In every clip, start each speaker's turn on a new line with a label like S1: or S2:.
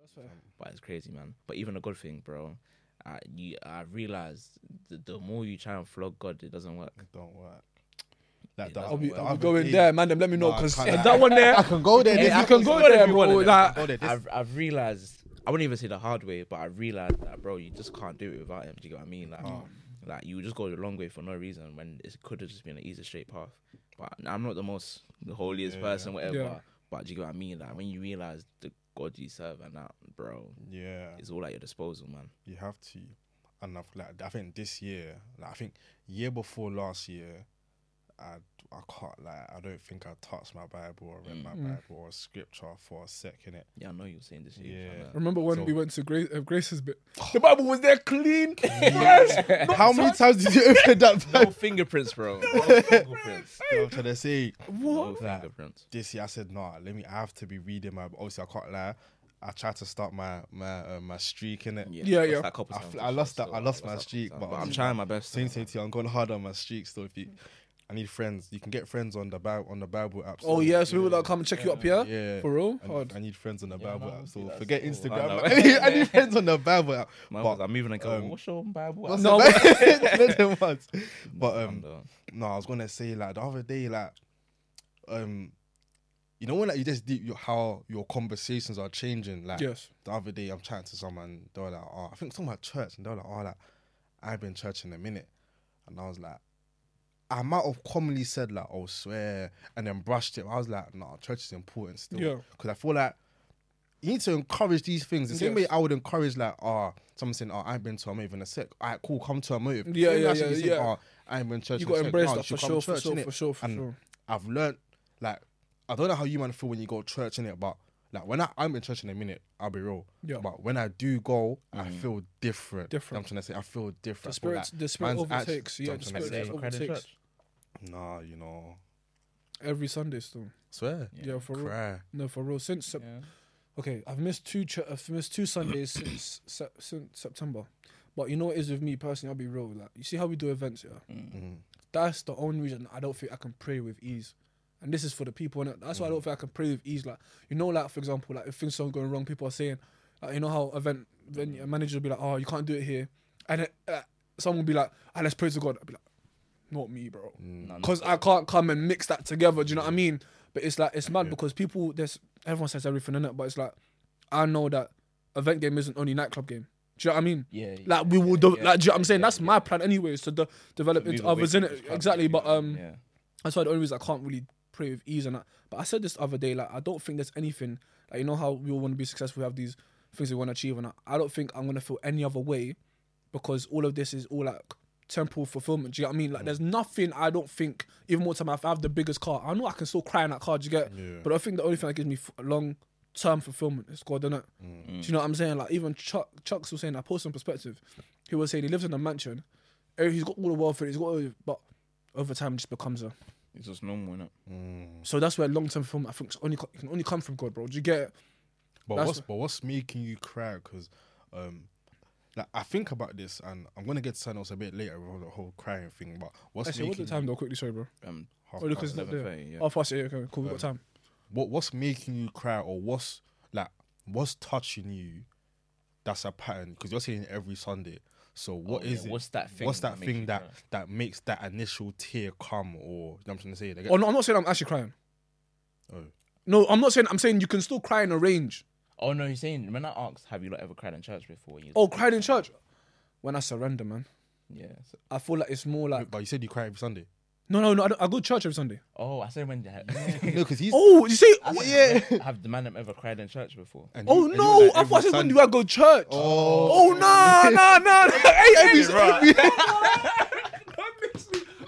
S1: That's fair.
S2: But it's crazy, man. But even a God thing, bro. I you, I realized the, the more you try and flog God, it doesn't work.
S3: It don't work.
S2: It
S3: Like
S2: doesn't
S3: the, other-
S2: I'll
S1: I'll
S2: be-
S1: be,
S3: the
S1: I'll
S3: other
S1: be going
S3: day-
S1: there, man. Them let me know
S3: Nah, I
S1: because
S3: can't
S2: And
S3: lie.
S2: that one there,
S3: I can go there.
S2: If
S3: this-
S2: you can go
S3: I
S2: there,
S3: can
S2: bro,
S3: there,
S2: like-
S3: I can go there, this-
S2: I've, I've realized I wouldn't even say the hard way, but I realized that, bro, you just can't do it without him. Do you get what I mean? Like,
S1: Oh.
S3: um,
S2: like you just go the long way for no reason when it could have just been an easy straight path. But I'm not the most the holiest
S3: Yeah.
S2: person, whatever.
S1: Yeah.
S2: But do you get what I mean? Like when you realize the God you serve and that, bro,
S3: yeah,
S2: it's all at your disposal, man.
S3: you have to. And I've, like, I think this year, like, I think year before last year, I I can't like I don't think I touched my Bible or read my
S1: Mm.
S3: Bible or scripture for a second. It
S2: Yeah, I know you were saying this. Year,
S3: Yeah.
S2: fam, like-
S1: Remember when
S3: So-
S1: we went to Grace, uh, Grace's bit? The Bible was there clean. fresh, not
S3: How many
S1: touched.
S3: times did you open that
S2: No
S3: Bible?
S2: fingerprints, bro. No fingerprints.
S3: I'm trying to say
S2: No
S3: Like,
S2: fingerprints.
S3: this year I said nah. Let me. I have to be reading my. Obviously, I can't lie. I tried to start my my uh, my streak in it.
S1: Yeah,
S2: lost
S1: yeah.
S2: that couple
S3: I
S2: times
S3: fl-
S2: for
S3: I lost
S2: sure,
S3: that-
S2: still.
S3: I lost my
S2: that couple
S3: streak,
S2: times,
S3: but
S2: I'm
S3: obviously-
S2: trying my best.
S3: Same thing to you. I'm going hard on my streak still. If you, I need friends. You can get friends on the Bible on the Bible app.
S1: Oh,
S3: still.
S1: yeah, so people that come and check you up here?
S3: Yeah.
S1: For real?
S3: I
S1: Hard.
S3: need, I need friends on the
S2: Yeah,
S3: Bible
S2: man,
S3: app.
S2: see,
S3: So
S2: that's
S3: forget
S2: cool. I know.
S3: Instagram. I need, I need friends on the Bible app.
S2: Man,
S3: but-
S2: I'm even like,
S3: um,
S2: what's your Bible?
S3: What's
S1: No,
S3: the Bible? Let them once. But um,
S2: um,
S3: no, I was gonna say like the other day, like um, you know when like you just deep your, how your conversations are changing. Like
S1: Yes.
S3: the other day, I'm chatting to someone. They were like, oh, I think talking about church, and they were like, oh, like I have been church in a minute, and I was like. I might have commonly said like, "Oh, swear," and then brushed it. I was like, "No, church is important still,"
S1: Yeah.
S3: because I feel like you need to encourage these things. The same
S1: Yes.
S3: way I would encourage like, "Ah, someone saying, oh, I ain't been to a motive in a sec. All right, cool, come to a motive."
S1: Yeah,
S3: Same way
S1: yeah,
S3: I should be
S1: yeah,
S3: saying,
S1: yeah.
S3: "Ah, I ain't been to church.
S1: You
S3: in a
S1: got to
S3: sec."
S1: embrace
S3: No,
S1: that
S3: you should
S1: for
S3: come
S1: sure,
S3: to
S1: for
S3: church,
S1: sure,
S3: innit?
S1: for sure, for
S3: And
S1: sure.
S3: I've learned like I don't know how you man feel when you go to church in it, but like when I, I'm in church in a minute, I'll be real.
S1: Yeah.
S3: But when I do go, I feel different. I'm
S1: Different.
S3: trying to say I feel different.
S1: The
S3: I feel
S1: spirit,
S3: like
S1: the spirit
S3: man's actually-
S1: overtakes. yeah,
S3: I'm
S1: the
S3: trying to
S1: spirit just
S3: say,
S1: overtakes.
S3: Nah, you know.
S1: Every Sunday still.
S3: Swear.
S1: Yeah, for real.
S3: Cry.
S1: No, for real. Since Sep- okay, I've missed two. Ch- I've missed two Sundays since sep- since September. But you know what it is with me personally. I'll be real. Like you see how we do events, yeah. That's the only reason I don't think I can pray with ease. And this is for the people. innit? That's why I don't think I can pray with ease. Like you know, like for example, like if things are going wrong, people are saying, like, you know how event venue managers will be like, oh, you can't do it here, and it, uh, someone will be like, ah, let's pray to God. I'll be like, not me, bro because I can't come and mix that together. Do you know what I mean? But it's like it's mad because people there's everyone says everything in it, but it's like I know that event game isn't only nightclub game. Do you know what I mean?
S2: Yeah,
S1: Like we will, do, like do you know what I'm saying? That's my plan, anyways, to de- develop into others in it. Exactly, but um,
S2: yeah.
S1: that's why the only reason I can't really pray with ease and that. But I said this the other day, like I don't think there's anything like you know how we all want to be successful, we have these things we want to achieve, and I, I don't think I'm gonna feel any other way because all of this is all like temporal fulfillment. Do you get what I mean? Like there's nothing I don't think. Even more time, if I have the biggest car, I know I can still cry in that car. Do you get?
S3: Yeah.
S1: But I think the only thing that gives me f- long term fulfillment is God, innit? Do you know what I'm saying? Like even Chuck, Chuck's was saying, I post some perspective. He was saying he lives in a mansion. eh, He's got all the wealth, he's got, all, but over time it just becomes a
S2: It's just normal, innit?
S3: Mm.
S1: so that's where long term fulfillment I think is only co- can only come from God, bro. Do you get it?
S3: But
S1: That's
S3: what's
S1: wh-
S3: but what's making you cry? Because, um, like I think about this, and I'm gonna get to something else a bit later about the whole crying thing. But what's
S1: Actually, what's
S3: making
S1: the time though? Quickly, sorry, bro.
S2: Um,
S3: half
S1: Oh, look, it's
S3: past
S1: not there.
S2: 11:30, yeah.
S1: Half past eight. Okay, cool. We have got time.
S3: what what's making you cry or what's like what's touching you that's a pattern because you're saying every sunday so what
S2: Oh,
S3: is
S2: yeah,
S3: it
S2: what's that thing
S3: what's
S2: that
S3: that
S2: makes
S3: thing
S2: you
S3: that
S2: cry?
S3: that makes that initial tear come or you know what i'm trying to say They get-
S1: Oh no, I'm not saying I'm actually crying.
S3: Oh.
S1: No, I'm not saying. I'm saying you can still cry in a range.
S2: Oh no, you're saying when I asked, have you not ever cried in church before? You,
S1: Oh, cried in church. When I surrender, man,
S2: yeah. so-
S1: I feel like it's more like
S3: but you said you cry every sunday
S1: no, no, no. I, don't, I go to church every Sunday.
S2: oh, I said when.
S3: no because he's
S1: Oh, you see?
S2: I
S1: Oh,
S2: said,
S1: yeah.
S2: Have the man that ever cried in church before?
S3: and you-
S1: Oh
S3: and you
S1: no,
S3: were like,
S1: I thought I
S3: every
S1: said when
S3: Sunday.
S1: do I go to church?
S3: oh,
S1: Oh no, no, no, no. Hey, every, every,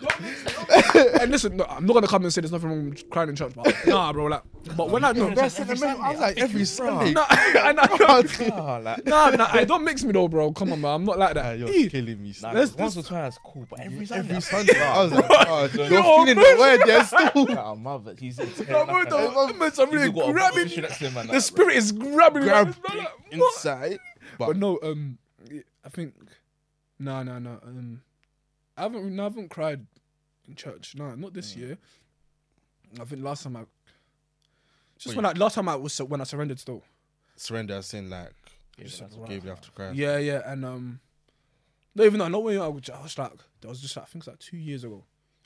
S1: and listen, no, I'm not gonna come and say there's nothing wrong with crying in church, but nah, bro, like, but when I know, nah,
S3: That's every Sunday. I was like every Sunday.
S1: and I,
S2: Oh, like,
S1: nah, nah, hey, don't mix me though, bro. Come on, man, I'm not like
S3: Ah,
S1: that.
S3: You're
S1: Eh,
S3: killing me.
S2: nah,
S3: son.
S1: Let's-
S2: once or twice, cool, but every Sunday.
S3: Every Sunday, I was like, oh, you're
S1: Yo,
S3: feeling the word. There's still
S2: Oh, mother, he's a
S1: Nah, bro, the moments are really grabbing. The spirit is grabbing. me,
S3: grab
S1: man, like, what?
S3: inside.
S1: But no, um, I think, no, no, no, um, I haven't, no, I haven't cried in church. No, not this year. I think last time I, just when I last time I was when I surrendered still,
S3: surrender as in like
S1: Yeah,
S3: just
S1: like,
S3: gave it after Christ.
S1: Yeah, yeah, and um, no, even though not when I was just like, that was just like, I think it's like two years ago,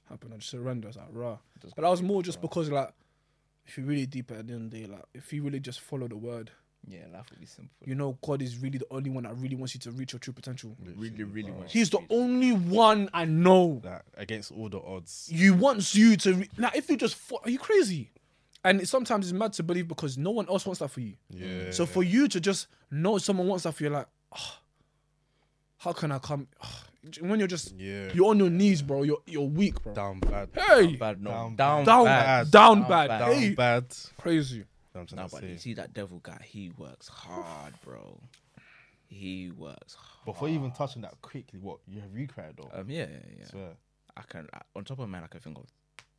S1: happened. I just surrendered. I was like, rah.
S2: Just
S1: But that was more just because like, if you really deep at the end of the day, like, if you really just follow the word,
S2: yeah, life would be simple.
S1: you know, God is really the only one that really wants you to reach your true potential.
S2: really, really want.
S1: He's the only one I know.
S3: Like against all the odds.
S1: You wants you to re- now. If you just, fo- are you crazy? And it, sometimes it's mad to believe because no one else wants that for you.
S3: Yeah.
S1: So for you to just know someone wants that for you, like, "Ah, how can I come? Ah." When you're just
S3: yeah.
S1: you're on your knees, bro. You're you're weak, bro.
S3: down bad.
S1: hey, down,
S2: bad, no, down,
S3: Down
S2: down,
S1: down
S2: bad.
S1: bad,
S2: Down bad.
S3: Down
S1: Hey,
S3: bad.
S1: crazy.
S3: That's what
S2: Nah,
S3: I'm
S2: but
S3: saying.
S2: you see that devil guy, he works hard, bro. He works hard.
S3: Before even touching that quickly, what you have you cried though?
S2: Um, yeah, yeah, yeah.
S3: I swear.
S2: I can I, on top of my head, I can think of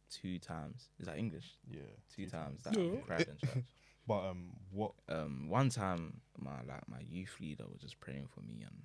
S2: two times. Is that English?
S3: Yeah.
S2: Two times that I
S1: Yeah.
S2: cried in church.
S3: But um, what?
S2: Um, one time my like my youth leader was just praying for me and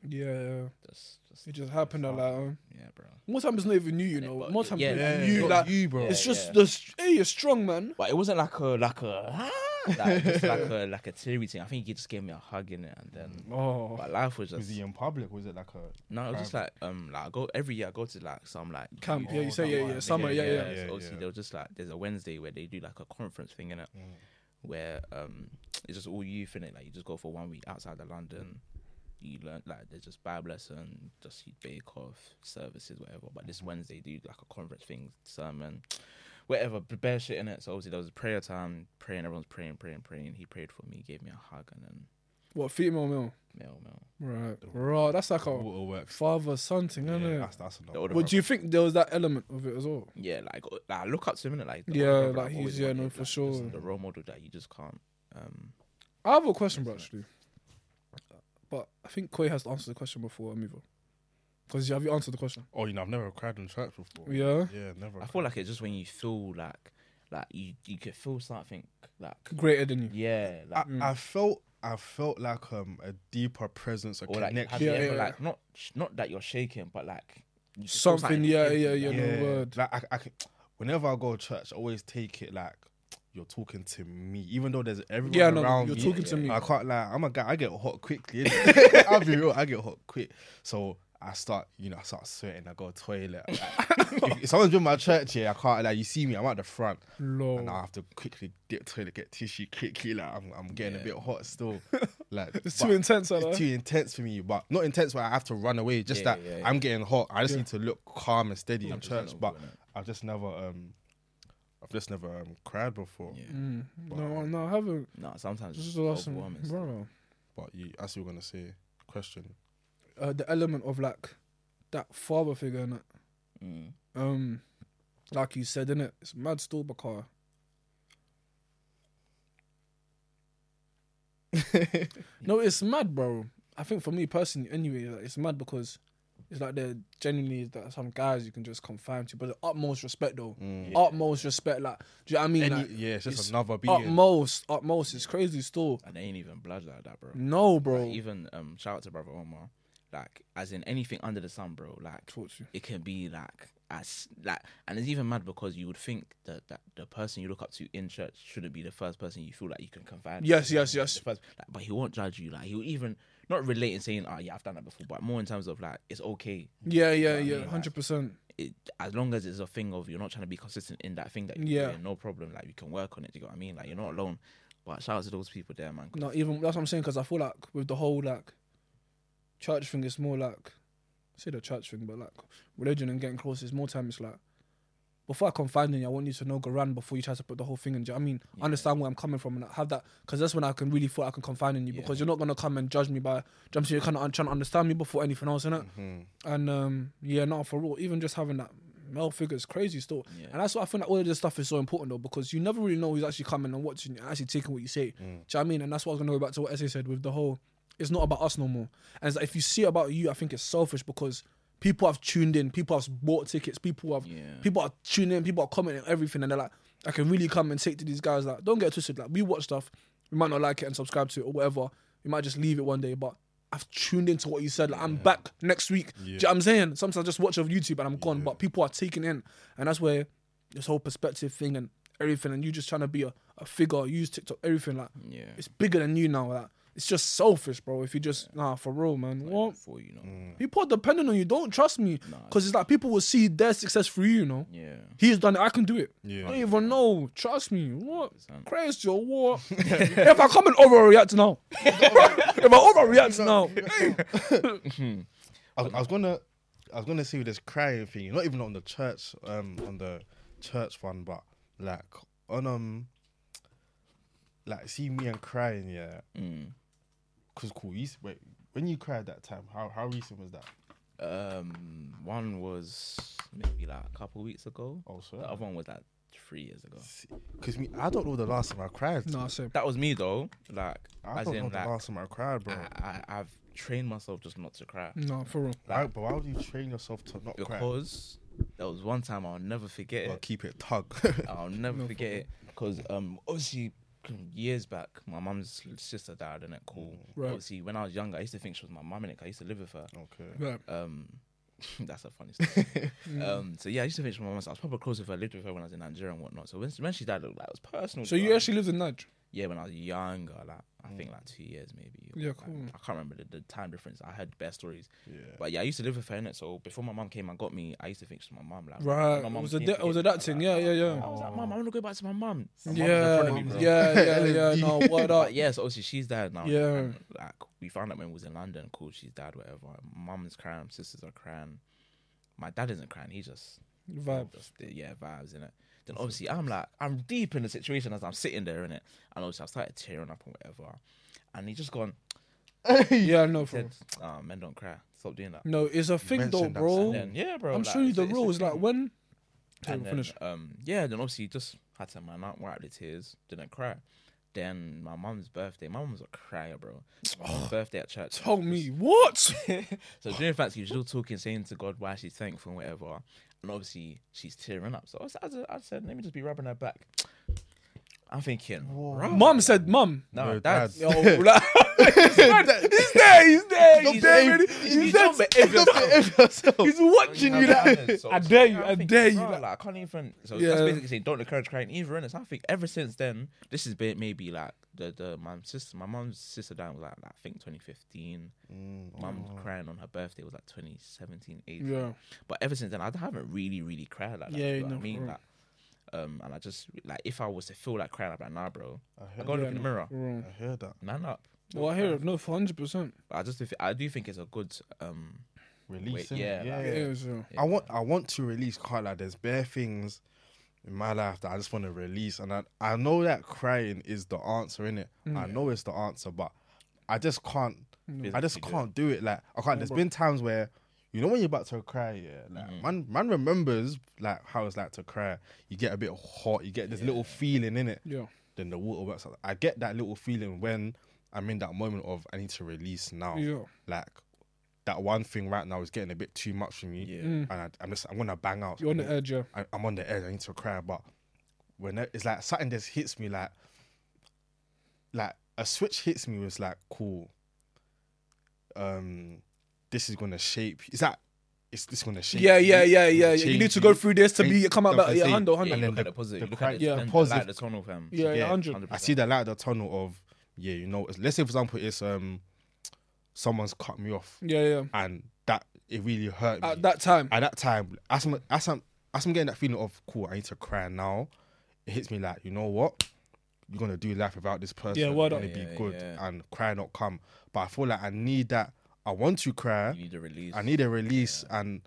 S1: Mm, yeah,
S2: just just
S1: it just happened. a lot.
S2: yeah, bro.
S1: more times it's not even you, you
S2: Yeah,
S1: know.
S2: but-
S1: More times
S2: yeah,
S1: it's
S2: yeah,
S1: you,
S2: yeah.
S1: like
S3: you, bro.
S1: it's
S2: Yeah,
S1: just
S2: yeah.
S1: the st- hey, you're strong, man.
S2: But it wasn't like a like a like, just like a like a teary thing. I think he just gave me a hug in it and then.
S1: Oh,
S2: But life was
S3: Was
S2: just
S3: he in public? Was it like a?
S2: no, it was just like um like I go every year I go to like some like youth
S1: camp. yeah, you
S3: Oh,
S1: say
S3: that
S1: yeah,
S3: one.
S1: yeah, summer. Yeah, Mm. yeah.
S3: yeah.
S2: So obviously, they were just like, there's a Wednesday where they do like a conference thing in it, where um, it's just all youth in it. Like you just go for one week outside of London. You learn like there's just Bible lesson, just you bake off services, whatever. But
S1: Mm-hmm.
S2: this Wednesday they do like a conference thing, sermon, whatever, b- bare shit in it. So obviously there was a prayer time, praying, everyone's praying, praying, praying. He prayed for me, gave me a hug, and then
S1: What female male?
S2: male, male.
S1: Right, right. That's like a
S3: Water works.
S1: father son thing,
S3: Yeah,
S1: isn't it?
S3: that's that's
S2: The
S3: another.
S2: older
S1: But do
S2: brother-
S1: you think there was that element of it as well?
S2: yeah, like, uh, like I look up to him in it, like the
S1: Yeah,
S2: older brother
S1: like,
S2: I've
S1: he's-
S2: always
S1: yeah,
S2: wanted,
S1: no, for
S2: like, just
S1: sure.
S2: the role model that you just can't. Um,
S1: I have a question, bro. Actually, but I think Koi has to answer the question before I move on. Because have you answered the question?
S3: Oh, you know, I've never cried in church before.
S1: Yeah.
S3: Yeah, never.
S2: I feel like it's just when you feel like like you you could feel something like
S1: Greater than you.
S2: yeah
S3: I,
S2: like
S1: Mm.
S3: I felt I felt like um a deeper presence, a
S2: or like have
S3: connection.
S2: you
S1: Yeah,
S2: ever
S1: yeah,
S2: like not sh- not that you're shaking but like you just feel
S1: Something.
S2: in
S1: Yeah,
S2: the
S1: yeah,
S2: air,
S1: yeah.
S2: like,
S1: No word.
S3: Like I, I can, whenever I go to church, I always take it like you're talking to me, even though there's everyone
S1: Yeah, no,
S3: around
S1: you're
S3: me.
S1: talking to me.
S3: I can't like I'm a guy. I get hot quickly. innit? I'll be real. I get hot quick. So I start, you know, I start sweating. I go to the toilet. Like, if someone's been my church here, I can't like you see me. I'm at the front,
S1: Lord.
S3: and I have to quickly dip toilet, get tissue quickly. Like I'm, I'm getting
S2: Yeah.
S3: a bit hot still. Like
S1: It's
S3: but
S1: too intense, eh?
S3: It's
S1: Salah.
S3: too intense for me, but not intense where I have to run away. Just
S2: Yeah,
S3: that
S2: yeah, yeah.
S3: I'm getting hot. I just need to look calm and steady in
S2: it's not
S3: church.
S2: all
S3: But
S2: good, innit?
S3: I've just never, um, I've just never um, cried before.
S2: Yeah.
S1: Mm. No, no, I haven't.
S2: no sometimes
S1: This
S2: it's
S1: is the last one,
S2: overwhelming stuff.
S1: bro.
S3: But you, as you were gonna say, question.
S1: Uh, the element of like that father figure and
S2: Mm.
S1: um, like you said, innit? It's mad still, Bakar. no, it's mad, bro. I think for me personally, anyway, like, it's mad because it's like there genuinely is that some guys you can just confine to, but the utmost respect though, utmost respect. Like, do you know what I mean?
S3: Any,
S1: like,
S3: yeah, it's just
S1: it's
S3: another beating.
S1: utmost, utmost. It's crazy still.
S2: and they ain't even blood like that bro
S1: No, bro.
S2: Like, even um shout out to brother Omar like as in anything under the sun bro like
S1: Taught you.
S2: it can be like as like and it's even mad because you would think that, that the person you look up to in church shouldn't be the first person you feel like you can confide in.
S1: Yes, yes, yes.
S2: the first- like, but he won't judge you like he'll even not relate and saying oh yeah i've done that before but more in terms of like it's okay You
S1: Yeah, yeah,
S2: know what I
S1: yeah.
S2: mean?
S1: Hundred percent.
S2: it, as long as it's a thing of you're not trying to be consistent in that thing that you're
S1: Yeah.
S2: doing, no problem like you can work on it do you know what i mean like you're not alone but shout out to those people there man 'cause
S1: No, even that's what I'm saying because I feel like with the whole like church thing, it's more like say the church thing, but like religion and getting close is more time. It's like before I confide in you, I want you to know Quran before you try to put the whole thing in. Do you know what I mean? Understand where I'm coming from and have that because that's when I can really feel I can confide in you because you're not gonna come and judge me by jumping. You're kind of trying to understand me before anything else,
S3: Mm.
S1: innit?
S3: Mm-hmm.
S1: And um, yeah, no, for real, even just having that male figure is crazy still.
S2: Yeah.
S1: And that's why I think that all of this stuff is so important though, because you never really know who's actually coming and watching and actually taking what you say.
S2: Mm.
S1: Do you know what I mean? And that's what I was gonna go back to what SA said with the whole it's not about us no more. And it's like, if you see it about you, I think it's selfish because people have tuned in, people have bought tickets, people have
S2: Yeah.
S1: people are tuning in, people are commenting on everything and they're like, I can really come and take to these guys like don't get twisted, like we watch stuff, we might not like it and subscribe to it or whatever. We might just leave it one day, but I've tuned into what you said. Like I'm back next week. Do you know what I'm saying? Sometimes I just watch it on YouTube and I'm gone, but people are taking in. And that's where this whole perspective thing and everything, and you just trying to be a, a figure, use TikTok, everything like
S2: Yeah.
S1: it's bigger than you now. Like it's just selfish, bro. If you just nah for real, man. What
S2: For you know.
S1: people are dependent on you. Don't trust me
S2: Nah.
S1: because it's like people will see their success through you. You know,
S2: Yeah.
S1: he's done it. I can do it.
S3: Yeah.
S1: I don't even know. Trust me. What?
S2: Understand.
S1: Crazy or what? if I come and overreact now, if I overreact now,
S3: I, was- I was gonna, I was gonna see with this crying thing. Not even on the church, um, on the church one, but like on um, like see me and crying, yeah.
S2: Mm.
S3: Cause cool. You, s- wait, when you cried that time, how how recent was that?
S2: Um, one was maybe like a couple weeks ago.
S3: Oh,
S2: The
S3: swear.
S2: other one was like three years ago.
S3: Cause me, I don't know the last time I cried.
S1: nah, same.
S2: That was me though. Like,
S3: I
S2: as
S3: don't know
S2: in,
S3: the
S2: like,
S3: last time I cried, bro.
S2: I, I, I've trained myself just not to cry
S1: Nah, for real.
S3: Why, but why would you train yourself to not cry?
S2: because there was one time I'll never forget
S3: Well,
S2: it.
S3: keep it tug.
S2: I'll never forget it because um obviously years back my mum's sister died and it cool.
S1: Right.
S2: Obviously when I was younger I used to think she was my mum and I used to live with her.
S3: okay.
S1: Yeah.
S2: Um, that's a funny story. um, so yeah, I used to think she was my mum. So I was probably close with her. I lived with her when I was in Nigeria and whatnot. So when, when she died, like, it was personal.
S1: So
S2: to
S1: you
S2: her.
S1: actually lived in Nudge?
S2: yeah, when I was younger, like I think like two years maybe. or,
S1: Mm. Yeah,
S2: like,
S1: cool.
S2: I can't remember the, the time difference. I heard bad stories,
S3: Yeah.
S2: but yeah, I used to live with her innit? So before my mum came and got me, I used to think she was my mum. Like when
S1: Right.
S2: my
S1: It
S2: mum
S1: was a
S2: came
S1: di-
S2: to
S1: it was
S2: get me, I
S1: a that
S2: was
S1: thing,
S2: like,
S1: yeah, Mm. yeah, yeah.
S2: I was like, mum, I want to go back to my mum. My mum's in front
S1: Yeah,
S2: of me, bro.
S1: yeah, yeah, yeah. No, what up?
S2: uh, Yeah, so obviously she's dead now.
S1: Yeah.
S2: and, like we found out when we was in London, cool, she's dead, whatever. Mum's crying, sisters are crying. My dad isn't crying, he just
S1: Vibe.
S2: just- yeah, vibes in it. Then obviously I'm like I'm deep in the situation as I'm sitting there in it. And obviously I started tearing up and whatever. And he just gone,
S1: Yeah, no, for
S2: said,
S1: real.
S2: oh, men don't cry. Stop doing that.
S1: No, it's a thing though,
S3: mentioned that
S1: bro.
S3: sentence.
S2: Then, yeah, bro.
S1: I'm
S2: like,
S1: showing you
S2: it's
S1: the
S2: a- it's a
S1: rules. Like
S2: thing.
S1: when. Okay,
S2: And
S1: we'll
S2: then,
S1: finish.
S2: um, yeah, then obviously just had to man out, wipe the tears, didn't cry. Then my mum's birthday. My mum was a crier, bro. My birthday at church.
S1: Oh, Tell me what?
S2: So during fact, she was still talking, saying to God why she's thankful and whatever. And obviously she's tearing up. So I, was- I, was- I said, let me just be rubbing her back. I'm thinking, "Rub?"
S1: Mum said, Mum.
S2: no,
S3: No,
S2: that's
S1: Yo, like, he's there, he's there, he's there, really. He's there. He's watching you. Like, I dare you, I dare you.
S2: Like,
S1: Like,
S2: I can't even. So
S1: Yeah.
S2: that's basically saying don't encourage crying either. And I think ever since then, this has been maybe like the the my sister, my mom's sister died was like, like, I think 2015.
S3: Mm,
S2: Mum
S3: Oh.
S2: crying on her birthday was like 2017, 18.
S1: yeah,
S2: But ever since then, I haven't really, really cried like that.
S1: Yeah,
S2: you know
S1: no,
S2: what I mean,
S1: for
S2: like, um, and I just like if I was to feel like crying, I'd be like, nah, bro.
S3: I
S2: I
S3: heard,
S2: go
S1: yeah,
S2: look in the mirror,
S1: no,
S3: I heard that.
S2: man up.
S1: well, I hear it. No, for hundred percent.
S2: I just, I do think it's a good, um,
S3: Release.
S2: Wait,
S3: innit?
S2: yeah,
S1: Yeah,
S3: yeah.
S1: it's real.
S3: I want I want to release can't like there's bare things in my life that I just want to release and I, I know that crying is the answer in it. I know it's the answer but I just can't I just
S2: Physically do
S3: can't do it like I can't There's been times where you know when you're about to cry yeah like man man remembers like how it's like to cry you get a bit hot you get this little feeling in it
S1: Yeah,
S3: then the water works out. I get that little feeling when I'm in that moment of I need to release
S2: Oh.
S3: now
S1: yeah.
S3: like that one thing right now is getting a bit too much for me,
S2: Yeah.
S3: and I, I'm just I'm gonna bang out.
S1: Mm. You're on the edge. Yeah,
S3: I, I'm on the edge. I need to cry, but when it- it's like something just hits me, like like a switch hits me. It's like cool. Um, this is gonna shape. Is that? It's this gonna shape?
S1: yeah, yeah,
S3: you,
S1: yeah,
S3: it's gonna
S1: yeah. yeah. You need
S3: change
S1: to go through this to be come out
S3: Don't
S1: better. Yeah,
S3: forsake.
S1: hundred,
S2: Yeah,
S1: hundred.
S2: you
S3: And then
S2: look at
S3: the-
S2: the positive.
S3: the
S2: look
S3: cry-
S2: at
S1: yeah,
S2: the, the,
S3: positive.
S2: light, the tunnel, fam.
S1: Yeah, yeah,
S3: Yeah,
S1: hundred.
S2: hundred
S3: I
S2: percent.
S3: see the light of the tunnel of yeah. You know, let's say for example, it's um, someone's cut me off,
S1: Yeah, yeah.
S3: and that it really hurt me.
S1: At that time,
S3: at that time, as I'm, as I'm, as I'm getting that feeling of cool, I need to cry now. It hits me like, you know what? You're gonna do life without this person.
S1: Yeah,
S3: You're
S1: word up.
S3: gonna be
S2: Yeah,
S3: good
S2: yeah.
S3: and cry not come. But I feel like I need that. I want to cry.
S2: You need a release.
S3: I need a release and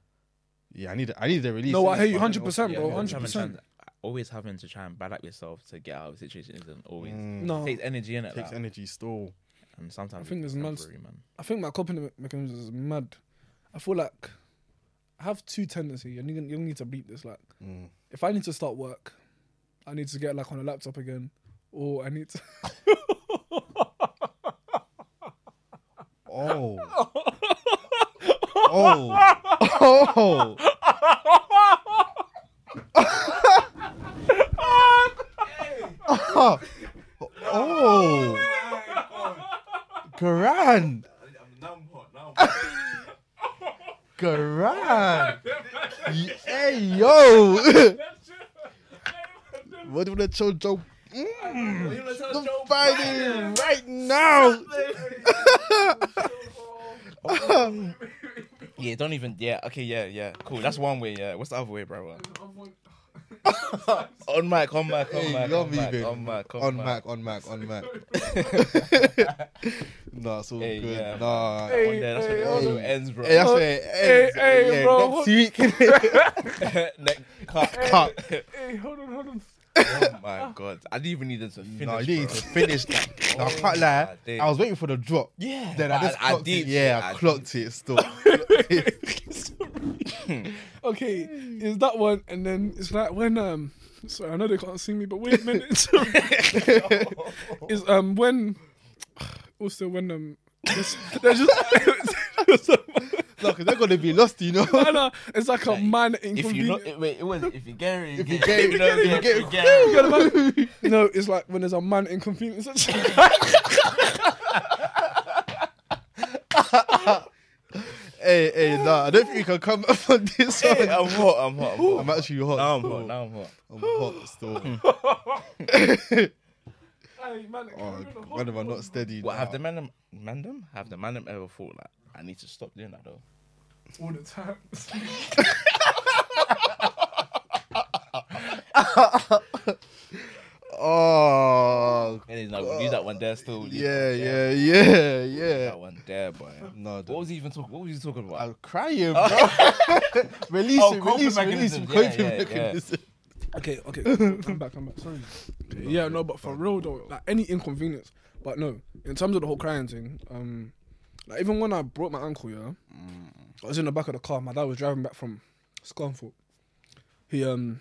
S3: yeah, I need I need a release.
S1: No, I
S3: innit?
S1: hear you
S3: But then
S1: 100%,
S3: also-
S1: bro,
S2: always having
S1: 100%.
S2: to- Always having to try and bad up yourself to get out of a situation isn't always.
S1: No.
S2: It Mm. takes energy in it.
S3: It Mm. takes energy still.
S2: and sometimes
S1: I think
S2: it's
S1: there's mad-
S2: temporary, man.
S1: I think my coping me- mechanism is mad. I feel like I have two tendencies, and you you need to beat this. Like,
S3: Mm.
S1: if I need to start work, I need to get like on a laptop again, or I need to.
S3: Oh. oh. Oh. oh. Grand. Grand. Hey, yo. what do the children? Mm. I'm fighting right now.
S2: Yeah, don't even. Yeah, okay, yeah, yeah. Cool. That's one way. Yeah. What's the other way, bro? On mic, on mic, on
S3: Hey,
S2: mic,
S3: love
S2: on
S3: you,
S2: mic,
S3: babe.
S2: on mic,
S3: on
S2: on mic.
S3: Mac, on Mac, on Mac. no, it's all
S2: Hey,
S3: good.
S2: yeah.
S3: Nah.
S1: Hey.
S3: Hey.
S2: On there, that's where
S1: Hey,
S2: the ends, bro.
S3: that's where it ends.
S1: hey,
S3: yeah,
S1: bro,
S3: Next
S1: what-
S3: week.
S2: Neck cut.
S3: Cut.
S1: Hey, hold on, hold on.
S2: Oh my
S1: Ah.
S2: god, I didn't even need them to finish.
S3: No, you need
S2: bro.
S3: to finish that. No,
S2: Oh
S3: I can't
S2: my
S3: lie.
S2: days.
S3: I was waiting for the drop.
S2: Yeah,
S3: Then
S2: but
S3: I just
S2: I,
S3: clocked
S2: did.
S3: it. Yeah, I,
S2: did.
S3: clocked it still.
S1: Okay, is that one? And then it's like when um, sorry, I know they can't see me, but wait a minute. is um when also when um it's- they're just
S3: no, because they're gonna be lost, you know.
S1: I know, it's like a man
S2: If you
S1: inconvenient.
S2: not, wait, it was if you get it,
S3: If you get it,
S2: you know,
S3: if you
S2: yeah,
S3: get
S2: if you
S3: it,
S2: get it.
S1: You know what I mean? no, it's like when there's a man inconvenience.
S3: hey, hey, nah, I don't think you can come up on this
S2: Hey,
S3: one.
S2: I'm hot. I'm hot. I'm hot.
S3: I'm actually hot.
S2: Now I'm
S3: still.
S2: hot. Now I'm hot.
S3: I'm hot still.
S1: Hey, man,
S3: oh,
S1: carry on,
S3: when am I not steady?
S2: What have
S3: now?
S2: the man, them- man them, have the man them ever thought like I need to stop doing that though?
S1: all the time.
S3: Oh,
S2: And he's like, we'll leave that one there still. we'll leave
S3: yeah,
S2: that one there,
S3: yeah, yeah,
S2: leave
S3: yeah.
S2: That one there, boy.
S3: No, Oh.
S2: What
S3: dude.
S2: was he even talking? What was he talking about?
S3: I'm crying, bro. release
S2: Oh,
S3: him,
S2: coping
S3: release him, release
S2: mechanism.
S3: him.
S2: Yeah,
S3: Coping
S2: yeah, yeah.
S3: mechanism.
S1: Okay, okay, come back, come back. Sorry. yeah, no, but for real though, like any inconvenience. But no, in terms of the whole crying thing, um, like even when I broke my ankle, yeah, I was in the back of the car. My dad was driving back from Scunthorpe. He um,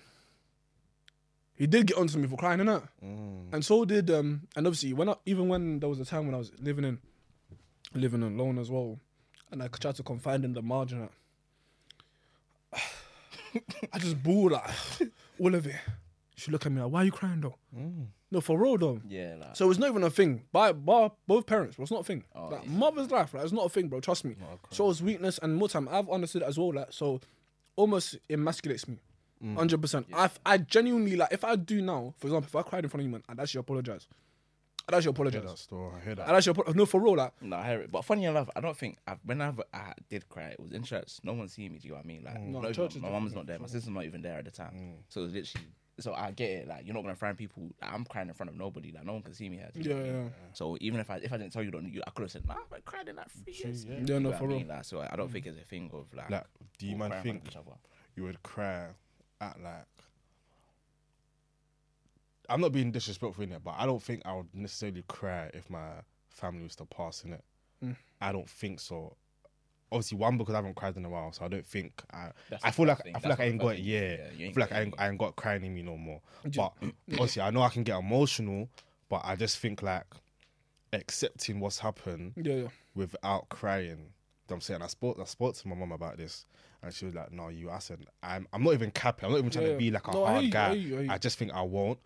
S1: he did get onto me for crying, innit? And so did um, and obviously when I, even when there was a time when I was living in, living alone as well, and I tried to confide in the margin. I just bawled like, all of it. She looked at me like, why are you crying though? No, for real though.
S2: Yeah, like,
S1: So it's not even a thing. By, by both parents, bro, it's not a thing.
S2: Oh,
S1: like
S2: yeah.
S1: mother's life, like it's not a thing, bro. Trust me. Shows weakness and more time. I've understood it as well. Like so, almost emasculates me. Hundred percent. I I genuinely like if I do now, for example, if I cried in front of you, man, I'd actually apologize. I'd actually apologize.
S3: store. I hear
S1: I'd actually apo- no for real. Like
S2: no, I hear it. But funny enough, I don't think I've, whenever I did cry, it was in church. No one seen me. Do you know what I mean? Like,
S1: No,
S2: no,
S1: church is
S2: my mum's not there. My sister's not even there at the time.
S1: Mm.
S2: So it was literally. So I get it. Like, you're not gonna find people. Like, I'm crying in front of nobody. Like, no one can see me here. do you know
S1: yeah,
S2: what I mean?
S1: yeah.
S2: So even if I if I didn't tell you, don't you, I could have said, nah, I cried in like three years.
S3: yeah.
S2: You
S1: Yeah,
S2: know
S1: no,
S2: what I
S1: for real. Mm.
S2: mean? Like, so I don't think it's a thing of like.
S3: Like, do you
S2: all crying in
S3: man
S2: front
S3: think
S2: of each other.
S3: you would cry at like? I'm not being disrespectful in it, but I don't think I would necessarily cry if my family was to pass in it.
S1: Mm.
S3: I don't think so. Obviously, one because I haven't cried in a while, so I don't think I.
S2: That's
S3: I
S2: the
S3: feel
S2: first
S3: like
S2: thing.
S3: I feel
S2: That's
S3: like I
S2: the
S3: ain't
S2: first
S3: got it.
S2: thing.
S3: Yeah,
S2: Yeah, you
S3: I
S2: ain't
S3: feel like
S2: got
S3: I
S2: it.
S3: ain't, I ain't got crying in me no more. But obviously, I know I can get emotional, but I just think like accepting what's happened
S1: Yeah, yeah.
S3: without crying. You know what I'm saying I spoke I spoke to my mom about this and she was like, No, you I said I'm I'm not even capping, I'm not even trying
S1: Yeah,
S3: to be
S1: yeah.
S3: like a
S1: No, I hear
S3: hard
S1: you, I
S3: guy. I,
S1: hear you, I hear you.
S3: just think I won't.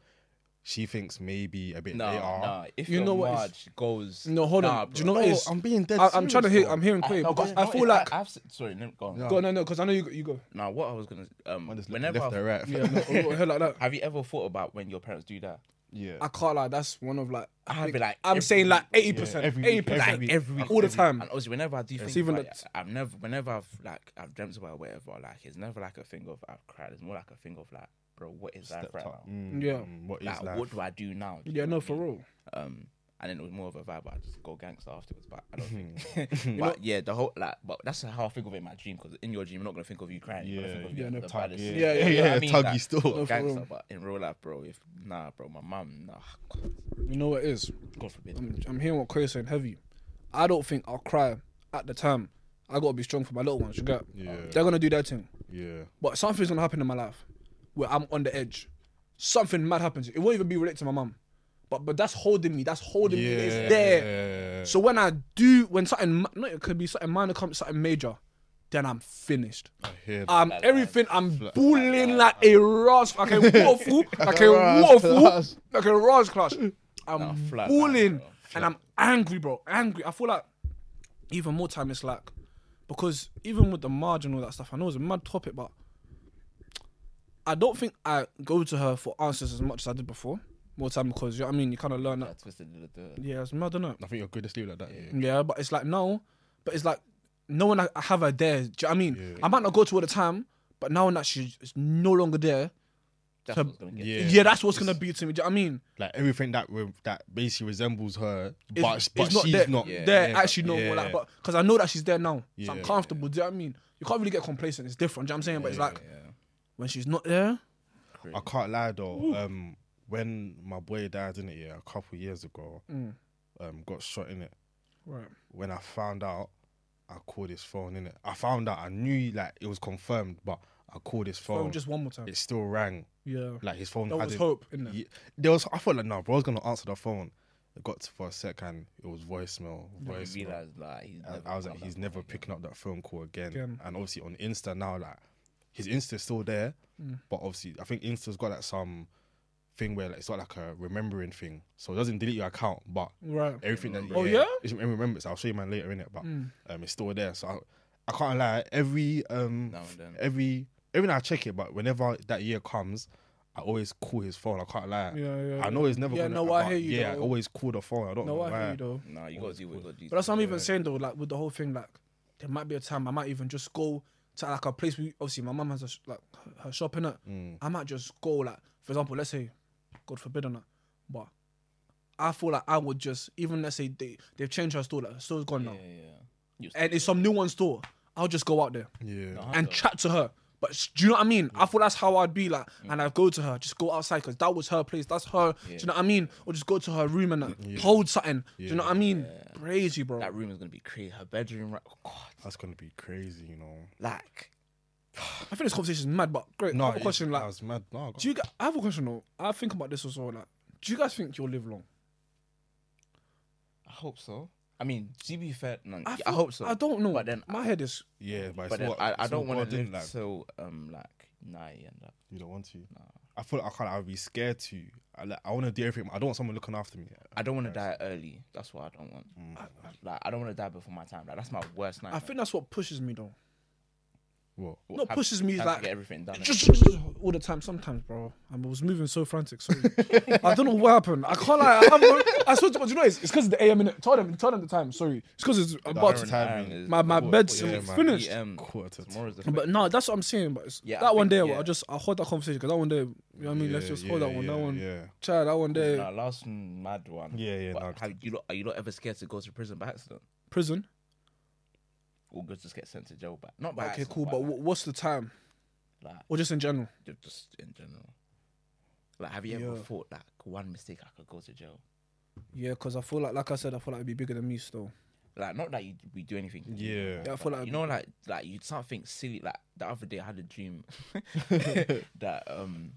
S3: She thinks maybe a bit
S2: No,
S3: later.
S2: no. If
S1: You
S2: you
S1: know
S2: know
S1: what is-
S2: Marge goes.
S1: No, hold
S2: Nah,
S1: on. Do you know
S3: No,
S1: what it is?
S3: I'm being dead
S1: I, I'm trying to
S3: serious,
S1: hear. I'm hearing
S2: I,
S1: Quay
S2: no,
S1: because
S2: but
S1: I
S2: no,
S1: feel
S2: it-
S1: like.
S2: I, have sorry, no, go on.
S3: No.
S1: Go on, no, no, because I know you. You go.
S2: Now, what I was gonna um,
S3: I'm just looking
S2: whenever
S3: left
S2: I've-
S3: and right.
S1: Yeah, no, or- or like that.
S2: have you ever thought about when your parents do that?
S3: yeah.
S1: I can't lie. That's one of like. I
S2: I'd
S1: think-
S2: be like,
S1: I'm
S2: every
S1: saying like eighty percent,
S3: Yeah, every
S1: eighty
S3: week, every
S1: percent,
S3: week.
S1: every week,
S2: Like,
S1: all the
S2: every-
S1: time.
S2: And obviously, whenever I do think
S1: even
S2: about
S1: that-
S2: it, I've never, whenever I've like, I've dreamt about whatever, like, it's never like a thing of I've cried. It's more like a thing of like, bro, what is life
S3: Stepped
S2: right
S3: up.
S2: now?
S3: Mm,
S1: Yeah.
S3: mm, what is
S2: Like,
S3: life?
S2: what do I do now? Do you
S1: Yeah,
S2: know
S1: no,
S2: what I
S1: for
S2: mean?
S1: real.
S2: Um, and then it was more of a vibe. I just go gangster afterwards, but I don't
S3: Hmm.
S2: think. but yeah, the whole like, but that's how I think of it in my dream because in your dream, you're not gonna think of you crying. You're gonna
S3: Yeah,
S2: think of
S1: yeah,
S2: you
S1: no,
S2: the
S3: Tug,
S2: baddest-
S3: yeah,
S1: Yeah,
S3: yeah,
S1: yeah,
S3: yeah,
S2: You know what I mean?
S3: tuggy
S2: Like,
S3: still.
S1: No, for
S2: gangster,
S1: real.
S2: but in real life, bro, if nah, bro, my mum, nah, God,
S1: You know what it is?
S2: God forbid.
S1: I'm, I'm hearing what Quay's saying heavy. I don't think I'll cry at the time. I gotta be strong for my little ones. You get?
S3: Yeah.
S1: They're gonna do their thing,
S3: Yeah.
S1: but something's gonna happen in my life where I'm on the edge. Something mad happens. It won't even be related to my mum, but but that's holding me. That's holding me. It's there.
S3: Yeah.
S1: So when I do, when something, ma- no, it could be something minor, comes something major, then I'm finished.
S3: I hear that.
S1: Um, everything I'm bullying like a rush, like a waterfall, like a
S3: Rush
S1: waterfall,
S3: clash.
S1: like a rush clash. I'm
S2: Nah, flat line,
S1: bullying
S2: bro.
S1: and I'm angry, bro. Angry. I feel like even more time it's like because even with the margin and all that stuff, I know it's a mad topic, but I don't think I go to her for answers as much as I did before. more time because you know what I mean. You kind of learn that.
S2: That twisted the, the
S1: Yeah, it's mad, innit?
S3: I think you're good to sleep like that. Yeah.
S1: Yeah, but it's like no, but it's like no one I I have her there. Do you know what I mean?
S3: Yeah.
S1: I might not go to her at the time, but now that she's is no longer there,
S2: that's
S1: So-
S2: what's gonna get.
S3: Yeah.
S2: Yeah.
S1: yeah, that's what's gonna be to me. Do you know what I mean?
S3: Like everything that re- that basically resembles her,
S1: It's-
S3: but
S1: it's
S3: but
S1: not
S3: she's
S1: there.
S3: not.
S2: Yeah.
S1: there actually no
S3: yeah.
S1: more, like, but because I know that she's there now, so I'm
S3: Yeah.
S1: comfortable. Do you know what I mean? You can't really get complacent. It's different. Do you know what I'm saying? But it's like
S2: yeah.
S1: when she's not there,
S3: I can't lie though. Um, when my boy died in it, yeah, a couple years ago, um, got shot in it.
S1: mm, right?
S3: When I found out, I called his phone in it. I found out. I knew like it was confirmed, but I called his phone.
S1: Oh, just one more time.
S3: it still rang.
S1: Yeah,
S3: Like his phone.
S1: there
S3: had
S1: was hope in there.
S3: Yeah, there was. I thought like, nah, bro's gonna answer the phone. It got to for a second. It was voicemail.
S2: I
S3: Voicemail.
S2: realized like he's
S3: I-
S2: never
S3: I was like,
S2: come
S3: he's
S2: back.
S3: never picking up that phone call again.
S1: Again.
S3: And obviously on Insta now, like his Insta's still there,
S1: Mm.
S3: but obviously I think Insta's got like some thing where like, it's not like a remembering thing, so it doesn't delete your account, but
S1: Right.
S3: everything that
S1: Oh, yeah? Mm.
S3: it's, it remembers. I'll show you man later in it, but um, it's still there. So I, I can't lie. Every um,
S2: Now and then.
S3: every every night I check it, but whenever that year comes. I always call his phone. I can't lie.
S1: Yeah, yeah,
S3: I know it's never.
S1: Yeah,
S3: gonna,
S1: no, I
S3: but
S1: hear you,
S3: Yeah, I
S1: though.
S3: always call the phone. I don't
S1: No,
S3: know
S1: I hear
S3: why.
S1: you though.
S2: Nah, you gotta do what you gotta do.
S1: But that's what I'm even saying though, like with the whole thing, like there might be a time I might even just go to like a place. We obviously my mum has a sh- like her- her shop in it. I might just go like, for example, let's say, God forbid on that, but I feel like I would just even let's say they they've changed her store, like her store's gone now,
S2: Yeah, yeah. You
S1: and it's some new one store. I'll just go out there
S3: Yeah.
S1: and chat to her. But sh- do you know what I mean? I thought that's how I'd be like, and I'd go to her, just go outside because that was her place, that's her. Do you know what I mean? Or just go to her room and like, hold something. Do you know what I mean? Crazy, bro.
S2: that room is gonna be crazy. Her bedroom, right? God,
S3: That's gonna be crazy, you know.
S2: like
S1: I think this conversation is mad, but great. I have a
S3: it's-
S1: question.
S3: I
S1: Like,
S3: was mad. No, I got-
S1: do you? gu- I have a question though. I think about this also. Like, do you guys think you'll live long?
S2: I hope so. I mean, to be fair, no, I,
S1: feel-
S2: hope so.
S1: I don't know.
S2: But then,
S1: my head is.
S3: yeah, but, it's
S2: but then
S3: what-
S2: I, I
S3: it's
S2: don't
S3: what
S2: want
S3: God
S2: to
S3: did,
S2: live
S3: like,
S2: till um like ninety and up.
S3: You don't want to. I feel like I can't. I'd be scared to. I like, I want to do everything. I don't want someone looking after me.
S2: I don't want to die early. That's what I don't want.
S3: Mm.
S2: Like I don't want to die before my time. Like that's my worst nightmare.
S1: I think that's what pushes me though.
S3: What?
S1: Not pushes me is
S2: Have to
S1: like
S2: get everything done.
S1: just all the time. Sometimes, bro, I was moving so frantic. Sorry, I don't know what happened. I can't lie. I, have no, I swear to God, you know, it's because the AM minute. Tell them, tell them the time. Sorry, it's because it's
S3: iron
S1: about to,
S3: time.
S1: my my bed's
S3: yeah, man.
S1: finished.
S2: PM.
S3: Quarter to
S2: Tomorrow's the
S1: But no, that's what I'm saying. But it's,
S2: Yeah, I
S1: that one day,
S2: think-
S1: I
S2: yeah.
S1: just I hold that conversation because that one day, you know what I mean. Let's
S3: Yeah,
S1: just
S3: yeah,
S1: hold that one. that
S3: yeah,
S1: one,
S3: yeah.
S1: child, that one day,
S2: Nah, last one, mad one.
S3: Yeah, yeah,
S2: But
S3: nah.
S2: have you lot, are you not ever scared to go to prison by accident?
S1: prison.
S2: Or good just get sent to jail by not by
S1: Okay,
S2: accident,
S1: cool. But
S2: like,
S1: wh- what's the time?
S2: like,
S1: Or just in general?
S2: ju- just in general. Like, have you ever
S1: Yeah.
S2: thought like one mistake I could go to jail?
S1: Yeah, because I feel like, like I said, I feel like it'd be bigger than me still.
S2: Like, not that you we do anything.
S3: Yeah.
S1: Yeah, I feel like
S2: You know, like like you something silly. Like the other day, I had a dream that um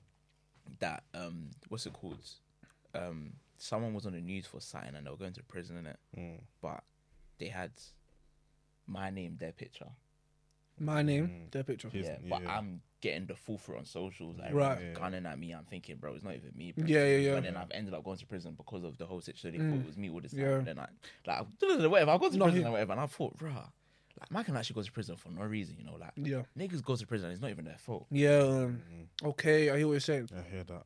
S2: that um what's it called? Um, someone was on the news for something and they were going to prison in it,
S3: mm,
S2: but they had my name, their picture.
S1: my name, their picture.
S3: His-
S2: Yeah, but I'm getting the full through on socials, like
S1: Right.
S2: everyone's gunning at me. I'm thinking, bro, it's not even me. Bro.
S1: Yeah, yeah, yeah. Mm.
S2: But then I've ended up going to prison because of the whole situation. They thought it was me all this time.
S1: Yeah.
S2: And then I, like, whatever. I go to
S1: No,
S2: prison
S1: he-
S2: and whatever. And I thought, bro, like, man can actually go to prison for no reason, you know, like,
S1: Yeah.
S2: niggas go to prison. and It's not even their fault.
S1: Yeah. Um, okay, I hear what you're saying.
S3: I hear that.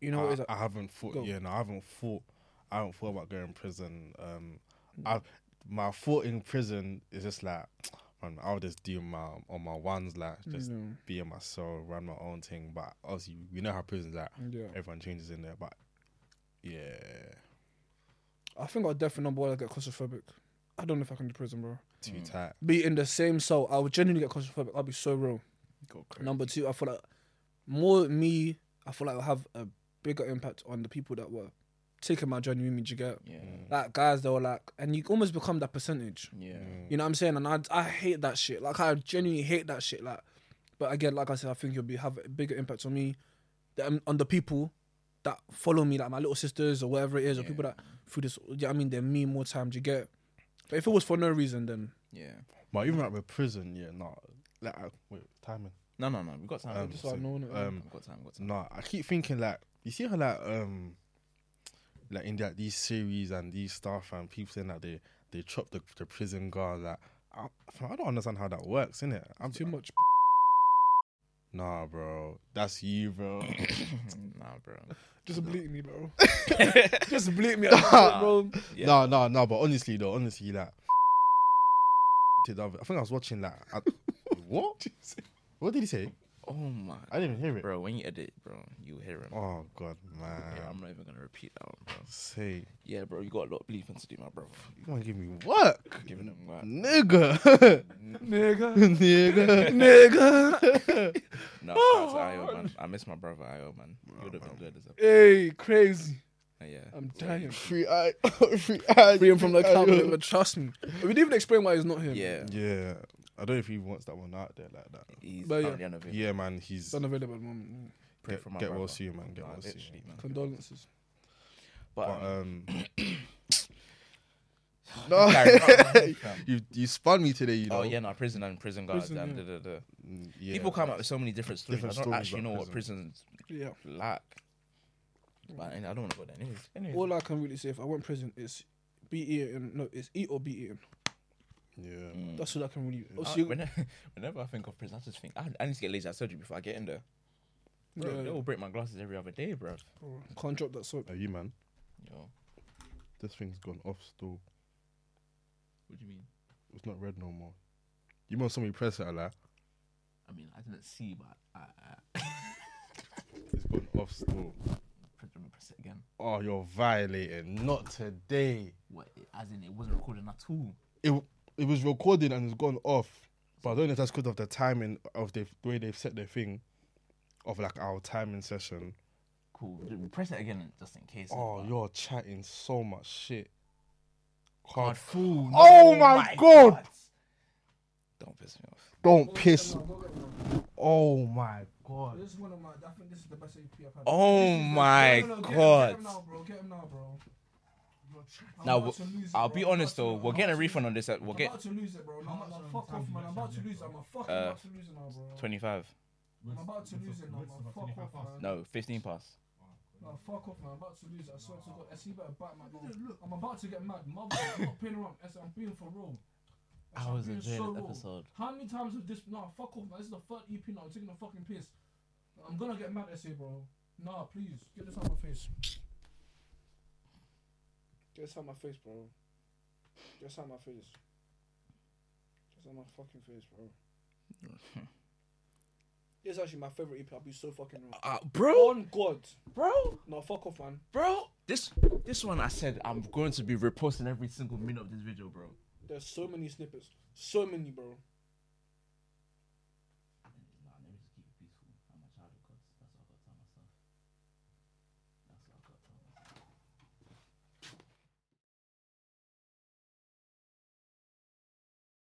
S1: You know
S3: I,
S1: what is that?
S3: I haven't thought.
S1: Go.
S3: Yeah, no, I haven't thought. I haven't thought about going to prison. Um, I my thought in prison is just like, man, I'll just do my on my ones, like just
S1: Mm,
S3: be in myself, run my own thing. But obviously, we know how prisons like.
S1: Yeah.
S3: Everyone changes in there, but yeah,
S1: I think I'll definitely number one, I get claustrophobic. I don't know if I can do prison, bro.
S3: too tight.
S1: Be in the same cell, I would genuinely get claustrophobic. I'll be so real.
S3: Go
S1: Number two, I feel like more me, I feel like I'll have a bigger impact on the people that were taking my journey with me. Do you get?
S2: Yeah.
S3: Mm.
S1: Like guys that were like, and you almost become that percentage.
S2: Yeah.
S3: Mm.
S1: You know what I'm saying? And I, I hate that shit. Like I genuinely hate that shit. Like, but again, like I said, I think you'll be have a bigger impact on me, than, on the people that follow me, like my little sisters or whatever it is, or people that through this. Yeah, I mean, they mean more time. Do you get? But if it was for no reason, then
S2: Yeah.
S3: But even like with prison, yeah, no. Like, I, wait, timing.
S2: No, no, no. We've got time.
S3: Um,
S2: We've
S1: so I know. innit?
S3: Um,
S2: got time. We've got time.
S3: no, I keep thinking like you see how like um, like in that these series and these stuff and people saying that they they chop the, the prison guard. Like, I, I don't understand how that works, innit? I'm
S1: Too much.
S3: Nah, bro. That's you, bro.
S2: nah, bro.
S1: Just bleep me, bro. Just bleep me, bro.
S2: Yeah.
S3: No, no, no. But honestly, though, honestly, like, did I I think I was watching like, I, what? What did he say?
S2: Oh my,
S3: I didn't even hear it.
S2: bro. When you edit, bro, you hear him.
S3: Oh God,
S2: Yeah,
S3: man.
S2: I'm not even gonna repeat that one, bro.
S3: Say,
S2: Yeah, bro, you got a lot of bleeping to do, my brother.
S3: you want to give me work,
S2: Giving them that.
S3: nigga,
S1: Nigga.
S3: nigga.
S1: Nigga.
S2: No, that's Ayo, man. I miss Oh, my brother Ayo, man. He would have been good as a.
S1: Hey, crazy.
S2: Yeah. Um,
S1: I'm dying.
S3: Free eye, free eye.
S1: Freedom from the account, but trust me. We didn't even explain why he's not here.
S2: Yeah.
S3: Yeah, I don't know if he wants that one out there like that.
S2: He's
S1: But yeah.
S2: currently unavailable.
S3: Yeah, man. He's
S1: It's unavailable at the moment.
S2: Pray
S3: get-
S2: for my
S3: get well
S2: brother.
S3: soon, man, get
S2: Nah,
S3: well soon,
S2: literally, man.
S1: Condolences.
S2: But,
S3: but
S2: um,
S3: um. no, you you spun me today. You know.
S2: oh yeah, no, prison and prison guards
S1: Prison,
S2: and
S1: yeah.
S2: da, da, da.
S3: Mm, yeah.
S2: people come up with so many different stories.
S3: Different
S2: I don't
S3: stories
S2: actually know
S3: about
S2: what prisons
S1: Yeah.
S2: lack. But and I don't want to go there. Anyways, anyways.
S1: All I can really say, if I went prison, is be eaten. No, it's eat or be eaten.
S3: Yeah.
S2: Mm.
S1: That's all I can really.
S2: I-
S1: Obviously,
S2: whenever, whenever I think of prison, I just think I, I need to get lazy. I told you before I get in there. Bro,
S1: yeah,
S2: They will break my glasses every other day, bro.
S1: bro, can't drop that soap.
S3: Are you man?
S2: Yo,
S3: This thing's gone off still.
S2: what do you mean?
S3: It's not red no more. You must somebody press it, like
S2: I mean, I didn't see, but I,
S3: it's gone off still.
S2: press it again.
S3: Oh, you're violating. Not today.
S2: What? As in, it wasn't recording at all.
S3: It it was recording and it's gone off. But I don't know if that's because of the timing of the, the way they've set their thing, of like our timing session.
S2: Cool. Ju- Press it again just in case.
S3: Oh,
S2: but-
S3: you're chatting so much shit.
S2: God,
S3: Card.
S2: fool.
S3: Oh my God.
S2: Don't piss me off.
S3: Don't piss. Oh my god.
S1: This is one of my. I think this is the best AP I've had.
S2: Oh my God.
S1: bro. Get him now, bro.
S2: Now, w- I'll be honest though, we're getting a refund on this. uh, We'll get
S1: to lose it, bro. Nah, nah, fuck off, man. I'm about to lose it. I'm a fucking
S2: Uh,
S1: to lose it now, bro.
S2: 25.
S1: I'm about to lose it now, man. Fuck off, man.
S2: No, 15 pass.
S1: Nah, fuck off, man. I'm about to lose it. I swear to God. S, you better back, man. Look, I'm about to get mad. Mother, I'm not playing around. S, I'm being for real. S, I'm
S2: Hours
S1: being
S2: of jail
S1: real.
S2: episode.
S1: How many times have this? Nah, fuck off, man. This is the third EP now. I'm taking a fucking piss. I'm gonna get mad, SA, bro. Nah, please. Get this out of my face. Get this out of my face, bro. Get this out of my face. Get this out of my fucking face, bro. this is actually my favorite EP. I'll be so fucking wrong.
S2: Uh, bro,
S1: On God.
S2: bro,
S1: No, fuck off, man.
S2: bro. This this one I said I'm going to be reposting every single minute of this video, bro.
S1: There's so many snippets. So many, bro.